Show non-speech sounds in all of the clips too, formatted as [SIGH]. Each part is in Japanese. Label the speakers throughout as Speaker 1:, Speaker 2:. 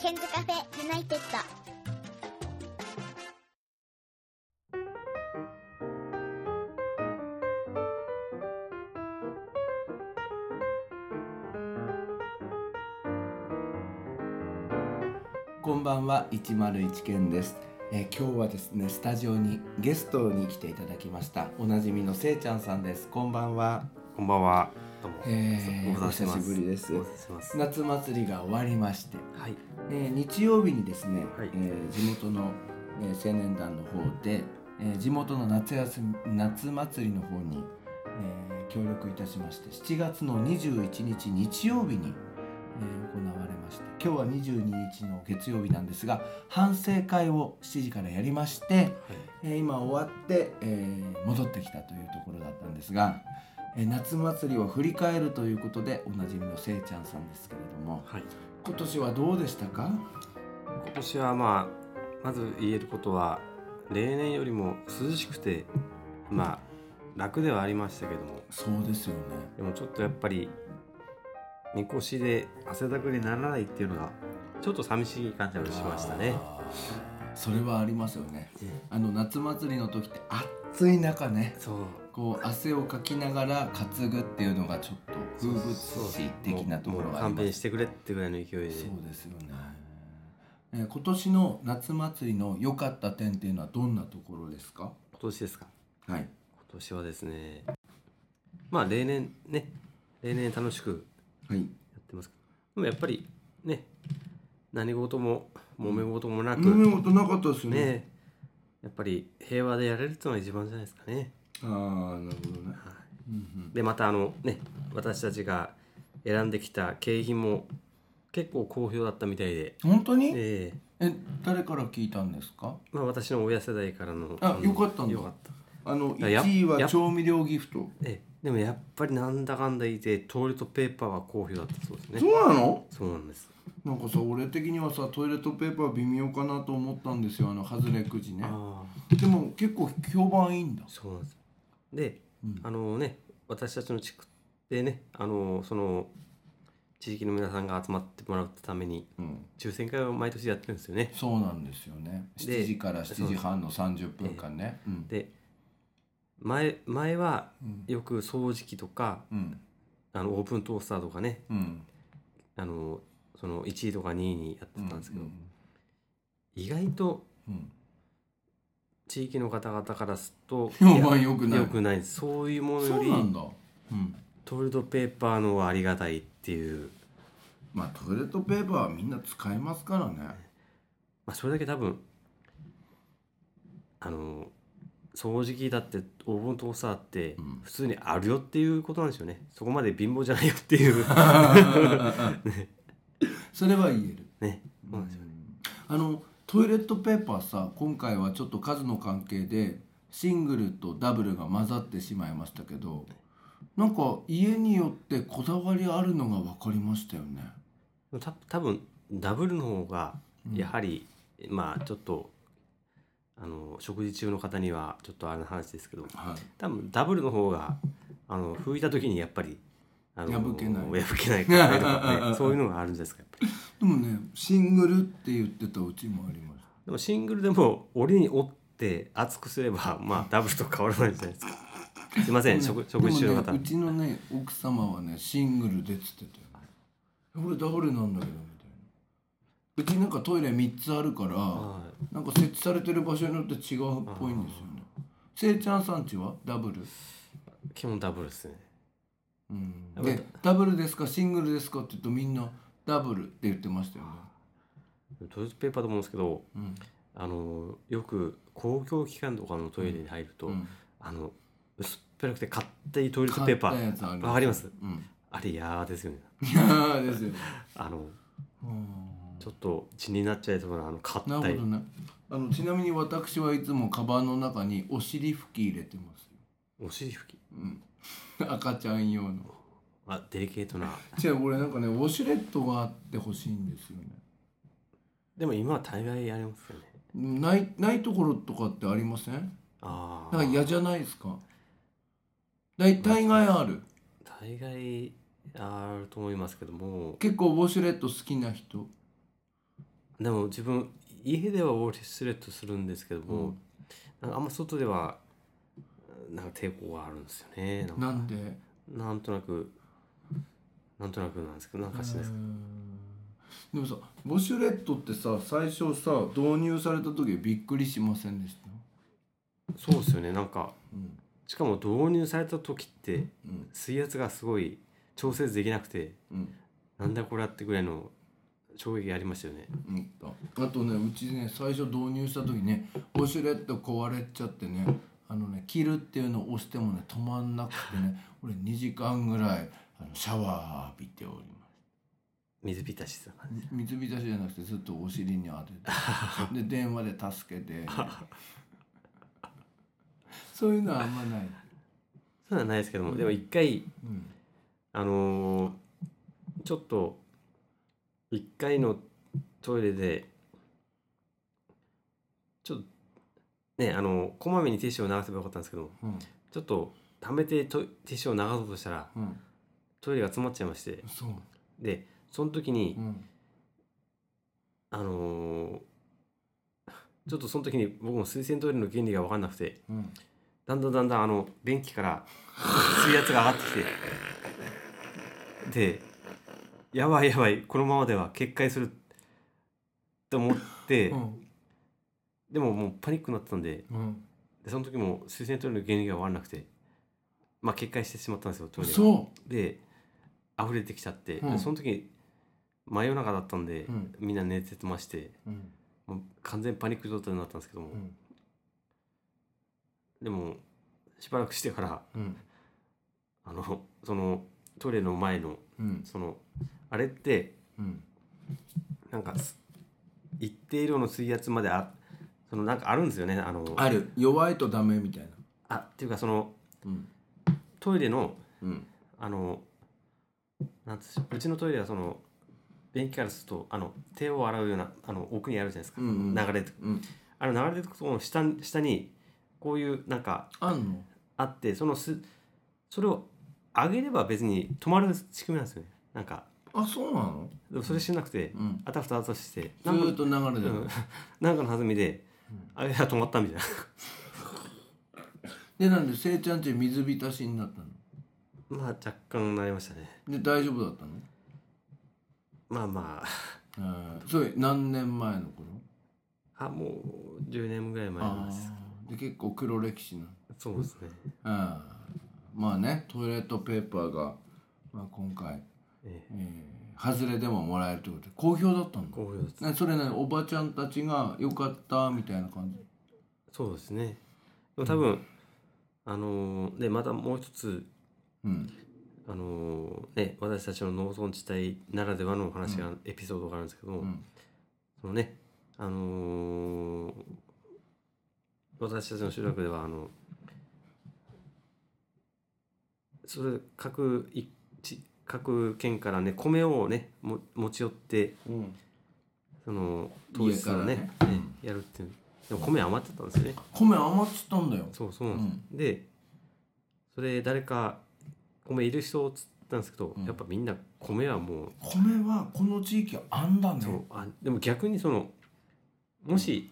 Speaker 1: ケンズカフェユナイテッド。
Speaker 2: こんばんは101件です、えー今日はですねスタジオにゲストに来ていただきましたおなじみのせいちゃんさんですこんばんは
Speaker 3: こんばんは。どうも。
Speaker 2: えー
Speaker 3: ご無沙汰てま
Speaker 2: お久しぶりです
Speaker 3: ご無沙汰してます。は
Speaker 2: 夏祭りが終わりまして、
Speaker 3: い。
Speaker 2: えー日曜日にですね、
Speaker 3: はい
Speaker 2: えー地元の、えー青年団の方で、えー地元の夏休み夏祭りの方に、えー協力いたしまして7月の21日日曜日に、えー行われまして今日は22日の月曜日なんですが反省会を7時からやりまして、えー今終わって、えー戻ってきたというところだったんですが、えー夏祭りを振り返るということでおなじみのせいちゃんさんですけれども
Speaker 3: はい。
Speaker 2: 今年はどうでしたか
Speaker 3: 今年はまあまず言えることは例年よりも涼しくてまあ楽ではありましたけども、
Speaker 2: そうですよね
Speaker 3: でもちょっとやっぱりみこしで汗だくにならないっていうのがちょっと寂しい感じがしましたね。
Speaker 2: あーそれはありますよねあの夏祭りの時って暑い中ね
Speaker 3: そう。
Speaker 2: こう汗をかきながら担ぐっていうのがちょっと風物詩的なところ
Speaker 3: もう
Speaker 2: があり
Speaker 3: 勘
Speaker 2: ま
Speaker 3: 弁
Speaker 2: す
Speaker 3: してくれってぐらいの勢いで。
Speaker 2: そうですよねえー今年の夏祭りの良かった点っていうのはどんなところですか
Speaker 3: 今年ですか。
Speaker 2: はい
Speaker 3: 今年はですね。まあ例年ね例年楽しく
Speaker 2: はい
Speaker 3: やってますけどでもやっぱりね何事も揉め事もなく、
Speaker 2: 飲み事なかったですよね
Speaker 3: ねやっぱり平和でやれるってのが一番じゃないですかね。
Speaker 2: ああなるほどね
Speaker 3: はい
Speaker 2: うん
Speaker 3: でまたあのね私たちが選んできた景品も結構好評だったみたいで、
Speaker 2: うん本当に、
Speaker 3: ええ
Speaker 2: え誰から聞いたんですか
Speaker 3: まあ、私の親世代からの
Speaker 2: あ
Speaker 3: の
Speaker 2: よかったんだ
Speaker 3: よかった
Speaker 2: あの
Speaker 3: あや
Speaker 2: 1位は
Speaker 3: や
Speaker 2: 調味料ギフト
Speaker 3: ええでもやっぱりなんだかんだ言ってトイレットペーパーは好評だったそうですね
Speaker 2: そうなの
Speaker 3: そうなんです
Speaker 2: なんかさ俺的にはさトイレットペーパー微妙かなと思ったんですよあの外れくじね
Speaker 3: ああ
Speaker 2: でも結構評判いいんだ
Speaker 3: そうなんですで
Speaker 2: うん
Speaker 3: あのね、私たちの地区でね、あのその地域の皆さんが集まってもらうために
Speaker 2: うん
Speaker 3: 抽選会を毎年やってるんですよね。
Speaker 2: そうなんですよね
Speaker 3: で
Speaker 2: 7時から7時半の30分間ねうん
Speaker 3: で、前前は
Speaker 2: うん
Speaker 3: よく掃除機とか
Speaker 2: うん
Speaker 3: あのオーブントースターとかね、
Speaker 2: うん
Speaker 3: あのその1位とか2位にやってたんですけど、
Speaker 2: うん
Speaker 3: 意外と
Speaker 2: うん
Speaker 3: 地域の方々からする
Speaker 2: [LAUGHS]
Speaker 3: と
Speaker 2: 評判良くない
Speaker 3: 良くないですそういうものよ
Speaker 2: そう
Speaker 3: り
Speaker 2: なんだうん
Speaker 3: トイレットペーパーの方がありがたいっていう、
Speaker 2: まあトイレットペーパーはみんな使いますから
Speaker 3: [LAUGHS]
Speaker 2: ね
Speaker 3: まあ、それだけ多分あの掃除機だってオーブントースターって
Speaker 2: うん
Speaker 3: 普通にあるよっていうことなんですよねそこまで貧乏じゃないよって
Speaker 2: [LAUGHS]
Speaker 3: いう
Speaker 2: それは言える
Speaker 3: ねそうなんですよ
Speaker 2: あのトイレットペーパーさ今回はちょっと数の関係でシングルとダブルが混ざってしまいましたけどなんか家によってこだわりあるのが分かりましたよね。
Speaker 3: た多分ダブルの方が
Speaker 2: うん
Speaker 3: やはり、まあちょっとあの食事中の方にはちょっとあれの話ですけど
Speaker 2: は
Speaker 3: 多分ダブルの方があの拭いた時にやっぱりあの
Speaker 2: 破けない
Speaker 3: 破けないからねと
Speaker 2: [LAUGHS]
Speaker 3: かねそういうのがあるんじゃないですかやっぱり
Speaker 2: い、でもねシングルって言ってたうちもありまし
Speaker 3: でもシングルでも折に折って厚くすれば [LAUGHS] まあダブルと変わらないじゃないですか。すいません、
Speaker 2: た。
Speaker 3: 食
Speaker 2: でも
Speaker 3: 食事中の方、
Speaker 2: ね、うちのね奥様はねシングルでっつってたよ、ね。俺ダブルなんだけどみたいな。うちなんかトイレ3つあるから
Speaker 3: はい
Speaker 2: なんか設置されてる場所によって違うっぽいんですよね。せいちゃんさんちはダブル
Speaker 3: 基本ダブルですね。
Speaker 2: うん
Speaker 3: やっぱ
Speaker 2: でダブルですかシングルですかって言うとみんなダブルって言ってましたよね。
Speaker 3: トイレットペーパーと思うんですけど、
Speaker 2: うん
Speaker 3: あのよく公共機関とかのトイレに入ると、
Speaker 2: うん
Speaker 3: あの薄っぺらくて硬いトイレットペーパ
Speaker 2: 買ったやつあ
Speaker 3: ー
Speaker 2: る
Speaker 3: わかります？
Speaker 2: うん、
Speaker 3: あれやーですよね。
Speaker 2: いやーです
Speaker 3: [LAUGHS]
Speaker 2: よ。
Speaker 3: あの
Speaker 2: うん
Speaker 3: ちょっと血になっちゃいそうなあの
Speaker 2: な
Speaker 3: 硬
Speaker 2: る
Speaker 3: い
Speaker 2: ほどねあの。ちなみに私はいつもカバンの中にお尻拭き入れてます [LAUGHS] よ。
Speaker 3: お尻拭き。
Speaker 2: うん、赤ちゃん用の。
Speaker 3: あデリケートな。
Speaker 2: じゃあ俺なんかねウォシュレットがあってほしいんですよね。
Speaker 3: でも今は大概やりますよね。
Speaker 2: ないないところとかってありません
Speaker 3: ああ。
Speaker 2: なんか嫌じゃないですか大体がある
Speaker 3: 大概あると思いますけども
Speaker 2: 結構ウォシュレット好きな人
Speaker 3: でも自分家ではウォシュレットするんですけども、なんかあんま外ではなんか抵抗があるんですよねなんか
Speaker 2: なんで
Speaker 3: なんとなくなんとなくなんですけどなんかしないです
Speaker 2: うーんでもさウォシュレットってさ最初さ導入された時びっくりしませんでした、
Speaker 3: そうですよねなんか
Speaker 2: うん
Speaker 3: しかも導入された時って
Speaker 2: うん
Speaker 3: 水圧がすごい調節できなくて
Speaker 2: うん
Speaker 3: なんだこれはってぐらいの衝撃ありましたよね
Speaker 2: うんとあとねうちね最初導入した時ねウォシュレット壊れちゃってねあのね切るっていうのを押してもね止まんなくてね俺2時間ぐらいあのシャワー浴びておりま
Speaker 3: 水浸しした感
Speaker 2: す水浸しじゃなくてずっとお尻に当ててで電話で助けてそういうのはあんまない、
Speaker 3: そういうのはないですけどもでも一回
Speaker 2: うん
Speaker 3: あのーちょっと一回のトイレでちょっとねあのこまめにティッシュを流せばよかったんですけど
Speaker 2: うん
Speaker 3: ちょっと溜めてトイティッシュを流そうとしたら
Speaker 2: うん、
Speaker 3: トイレが詰まっちゃいまして
Speaker 2: そう、
Speaker 3: でその時に、
Speaker 2: うん、
Speaker 3: あのーちょっとその時に僕も水洗トイレの原理が分かんなくて
Speaker 2: うん、
Speaker 3: だんだんだんだんあの便器から水圧が上がってきてでやばいやばいこのままでは決壊すると思って、
Speaker 2: うん、
Speaker 3: でももうパニックになってたんで
Speaker 2: うん、
Speaker 3: でその時も水洗トイレの原理が分からなくてまあ決壊してしまったんですよトイレが
Speaker 2: そ
Speaker 3: で溢れてきちゃって、
Speaker 2: うん
Speaker 3: でその時真夜中だったんで、
Speaker 2: うん
Speaker 3: みんな寝てまして
Speaker 2: う、うん、
Speaker 3: もう完全パニック状態になったんですけども、
Speaker 2: うん、
Speaker 3: でもしばらくしてから
Speaker 2: うん、
Speaker 3: あのそのトイレの前の
Speaker 2: うん、
Speaker 3: そのあれって
Speaker 2: うん、
Speaker 3: なんかす一定量の水圧まであそのなんかあるんですよねあの
Speaker 2: ある、弱いとダメみたいな、
Speaker 3: あっていうかその
Speaker 2: うん、
Speaker 3: トイレの
Speaker 2: うん、
Speaker 3: あのなんつううちのトイレはその便器からするとあの手を洗うようなあの奥にあるじゃないですか、
Speaker 2: うんうん
Speaker 3: 流れてく
Speaker 2: うん、
Speaker 3: あの流れてくとこの下に下にこういうなんか
Speaker 2: あんの、
Speaker 3: あってそのすそれを上げれば別に止まる仕組みなんですよねなんか
Speaker 2: あ、そうなの、
Speaker 3: でもそれしなくて、
Speaker 2: うん、
Speaker 3: あたふたあたふたして
Speaker 2: ず
Speaker 3: なんか
Speaker 2: ーっと流れて
Speaker 3: う
Speaker 2: る
Speaker 3: ん、 [LAUGHS] なんかの弾みで
Speaker 2: うん
Speaker 3: 上げたら止まったみたいな [LAUGHS]
Speaker 2: で、なんで、せいちゃんち水浸しになったの、
Speaker 3: まあ若干なりましたね
Speaker 2: で、大丈夫だったの、
Speaker 3: まあま
Speaker 2: えー、それ何年前の頃、
Speaker 3: ああもう10年ぐらい前の
Speaker 2: あ
Speaker 3: 話です
Speaker 2: あ、で、結構黒歴史なの。
Speaker 3: そうですね、
Speaker 2: うんまあねトイレットペーパーが、まあ、今回、
Speaker 3: ええ
Speaker 2: えー、外れでももらえるということで好評だったんだ
Speaker 3: 好評です
Speaker 2: ね、それねおばちゃんたちが「よかった」みたいな感じ
Speaker 3: そうですねでも多分、あのーでまたもう一つ
Speaker 2: うん
Speaker 3: あのーね私たちの農村地帯ならではのお話が、エピソードがあるんですけども、
Speaker 2: うん
Speaker 3: そのねあのー私たちの集落ではあのそれ各いち各県からね米をねも持ち寄って
Speaker 2: うん
Speaker 3: その当日のね
Speaker 2: 家
Speaker 3: ね
Speaker 2: からね
Speaker 3: やるっていうでも米余ってたんですよね
Speaker 2: 米余っちゃったんだよ
Speaker 3: そうそう
Speaker 2: う
Speaker 3: なんです、
Speaker 2: ん
Speaker 3: でそれ誰か米いる人っつったんですけど、
Speaker 2: うん
Speaker 3: やっぱみんな米はもう
Speaker 2: 米はこの地域はあんだね
Speaker 3: そうあでも逆にそのもし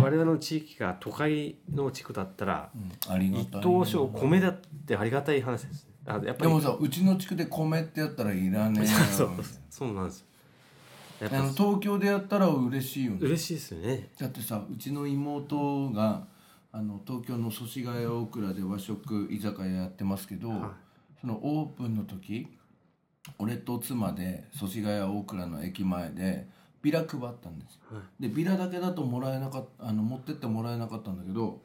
Speaker 3: 我々の地域が都会の地区だったら
Speaker 2: うん、ありがたい
Speaker 3: 一等賞米だってありがたい話ですねあやっぱ
Speaker 2: で
Speaker 3: り
Speaker 2: もさうちの地区で米ってやったらいらねえよ
Speaker 3: [LAUGHS] そうそうなんですやっ
Speaker 2: あの
Speaker 3: ぱ
Speaker 2: 東京でやったら嬉しいよね
Speaker 3: 嬉しいですよね
Speaker 2: だってさうちの妹があの東京の祖師ヶ谷大倉で和食居酒屋やってますけど、
Speaker 3: は
Speaker 2: そのオープンの時俺と妻で祖師ヶ谷大倉の駅前でビラ配ったんですよ
Speaker 3: い、はい、
Speaker 2: でビラだけだともらえなかっあの持ってってもらえなかったんだけど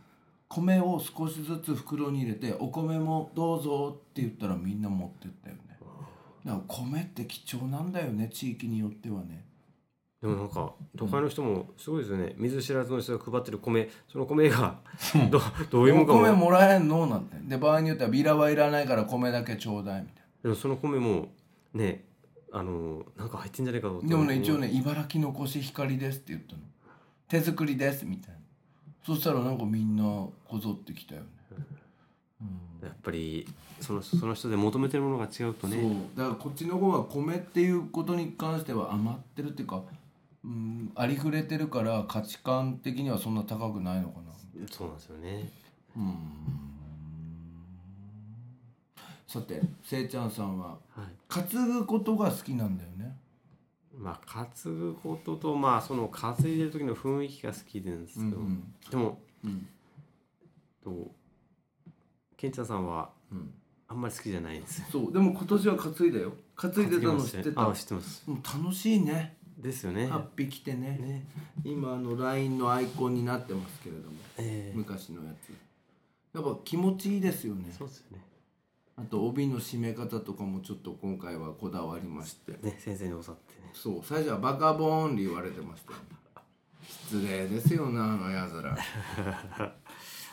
Speaker 2: 米を少しずつ袋に入れて「お米もどうぞ」って言ったらみんな持ってったよねだから米って貴重なんだよね地域によってはね
Speaker 3: でもなんか都会の人もすごいですよね水知らずの人が配ってる米その米がどどういうもんか
Speaker 2: お米
Speaker 3: も
Speaker 2: もらえんのなんてで場合によってはビラはいらないから米だけちょうだいみたい
Speaker 3: でもその米もねあのなんか入ってんじゃないかと思っ
Speaker 2: な
Speaker 3: て
Speaker 2: でもね一応ね「茨城のコシヒカリです」って言ったの「手作りです」みたいなそしたらなんかみんなこぞってきたよね、
Speaker 3: やっぱりそのその人で求めてるものが違う
Speaker 2: う
Speaker 3: と
Speaker 2: ん
Speaker 3: ね
Speaker 2: そうだからこっちの方は米っていうことに関しては余ってるっていうかうん、ありふれてるから価値観的にはそんな高くないのかな
Speaker 3: そうなんですよね
Speaker 2: うんさてせいちゃんさんは
Speaker 3: はい
Speaker 2: 担ぐことが好きなんだよね
Speaker 3: まあ担ぐこととまあその担いでる時の雰囲気が好きなんです
Speaker 2: うん
Speaker 3: けど、でも
Speaker 2: うん
Speaker 3: とケンちゃんさんは
Speaker 2: うん
Speaker 3: あんまり好きじゃないんですよ
Speaker 2: そうでも今年は担いだよ担いでたの知ってた
Speaker 3: あ知ってます
Speaker 2: うん楽しいね
Speaker 3: ですよね
Speaker 2: 8匹来てね
Speaker 3: ね
Speaker 2: 今あの LINE のアイコンになってますけれども
Speaker 3: ええ
Speaker 2: 昔のやつやっぱ気持ちいいですよね
Speaker 3: そうですよね
Speaker 2: あと帯の締め方とかもちょっと今回はこだわりまして
Speaker 3: ね先生に教わってね
Speaker 2: そう最初はバカボーンって言われてましたよ失礼ですよなあのやつら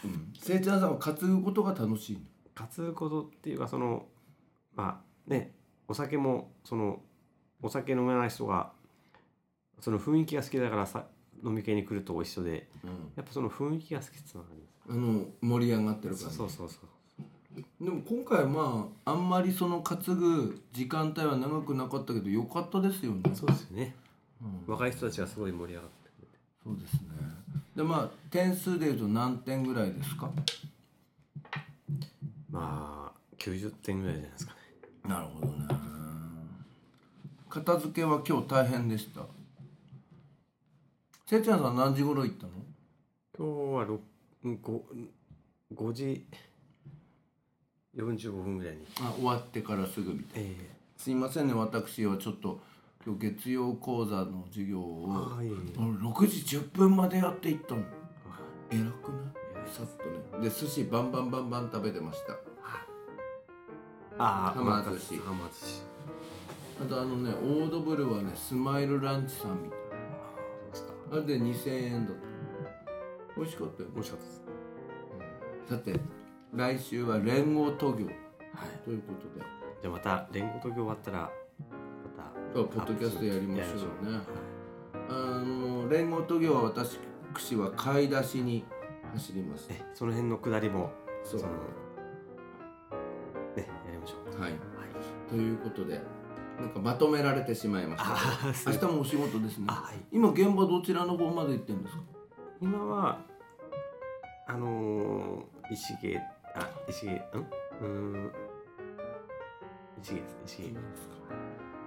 Speaker 2: うんせいちゃんさんは担ぐことが楽しいの
Speaker 3: 担ぐことっていうかそのまあねお酒もそのお酒飲めない人がその雰囲気が好きだからさ飲み会に来ると一緒でやっぱその雰囲気が好きっていうのがありま
Speaker 2: あの盛り上がってる
Speaker 3: す
Speaker 2: か
Speaker 3: そう
Speaker 2: ら、
Speaker 3: そうそうそう
Speaker 2: でも今回まああんまりその担ぐ時間帯は長くなかったけど良かったですよね
Speaker 3: そうですよね
Speaker 2: うん
Speaker 3: 若い人たちがすごい盛り上がってくれて
Speaker 2: そうですねでまあ点数でいうと何点ぐらいですか
Speaker 3: まあ90点ぐらいじゃないですかね
Speaker 2: なるほどね片付けは今日大変でしたせいちゃんさん何時頃行ったの
Speaker 3: 今日はろんご5時45分ぐらいに
Speaker 2: あ終わってからすぐみたいな
Speaker 3: え
Speaker 2: すいませんね私はちょっと今日月曜講座の授業
Speaker 3: え
Speaker 2: を
Speaker 3: はい
Speaker 2: 6時10分までやっていったの偉くない
Speaker 3: 偉いです
Speaker 2: さっとねで寿司バンバンバンバン食べてました
Speaker 3: ああ
Speaker 2: はま寿司
Speaker 3: はま寿司
Speaker 2: あとあのねオードブルはねスマイルランチさんみたいなあれで2000円だった美味しかったよ
Speaker 3: 面白かったです
Speaker 2: さて来週は連合都業
Speaker 3: はい
Speaker 2: ということで
Speaker 3: じゃあまた連合東京終わったらまた
Speaker 2: そうポッドキャストやりましょうね
Speaker 3: やりま
Speaker 2: あの連合都業は私串は買い出しに走りまし
Speaker 3: しょう
Speaker 2: た
Speaker 3: ねその辺の下りも
Speaker 2: そう
Speaker 3: のねやりましょう
Speaker 2: はい
Speaker 3: はい
Speaker 2: ということでなんかまとめられてしまいました
Speaker 3: あす
Speaker 2: 明
Speaker 3: いま
Speaker 2: 日
Speaker 3: せん
Speaker 2: もお仕事ですね
Speaker 3: あはい
Speaker 2: 今現場どちらの方まで行ってるんですか
Speaker 3: 今はあのー、石毛あ石毛んうーん石毛です石毛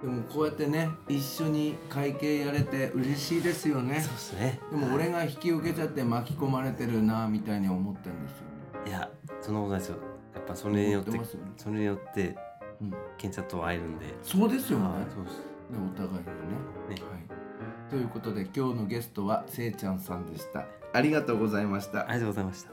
Speaker 2: でもこうやってね一緒に会計やれて嬉しいですよね
Speaker 3: そうですね
Speaker 2: でも俺が引き受けちゃって巻き込まれてるなみたいに思ってるんですよ
Speaker 3: いやそんなことないですよやっぱそれ
Speaker 2: ね
Speaker 3: によって
Speaker 2: 思ますよね
Speaker 3: それによって
Speaker 2: うん
Speaker 3: ケンちゃんと会えるんで
Speaker 2: そうですよね
Speaker 3: はいそうです
Speaker 2: でお互いにね
Speaker 3: ね
Speaker 2: はい、ということで今日のゲストはせいちゃんさんでしたありがとうございました、
Speaker 3: ありがとうございました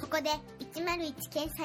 Speaker 1: ここで101ケンさ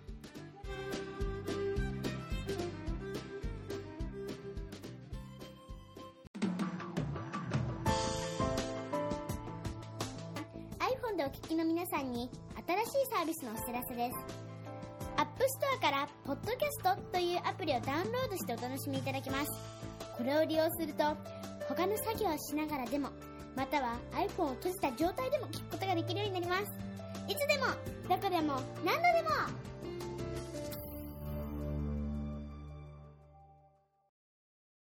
Speaker 1: iPhone でお聞きの皆さんに新しいサービスのお知らせです App Store から「Podcast」というアプリをダウンロードしてお楽しみいただけますこれを利用すると他の作業をしながらでもまたは iPhone を閉じた状態でも聞くことができるようになりますいつでもどこでも何度でも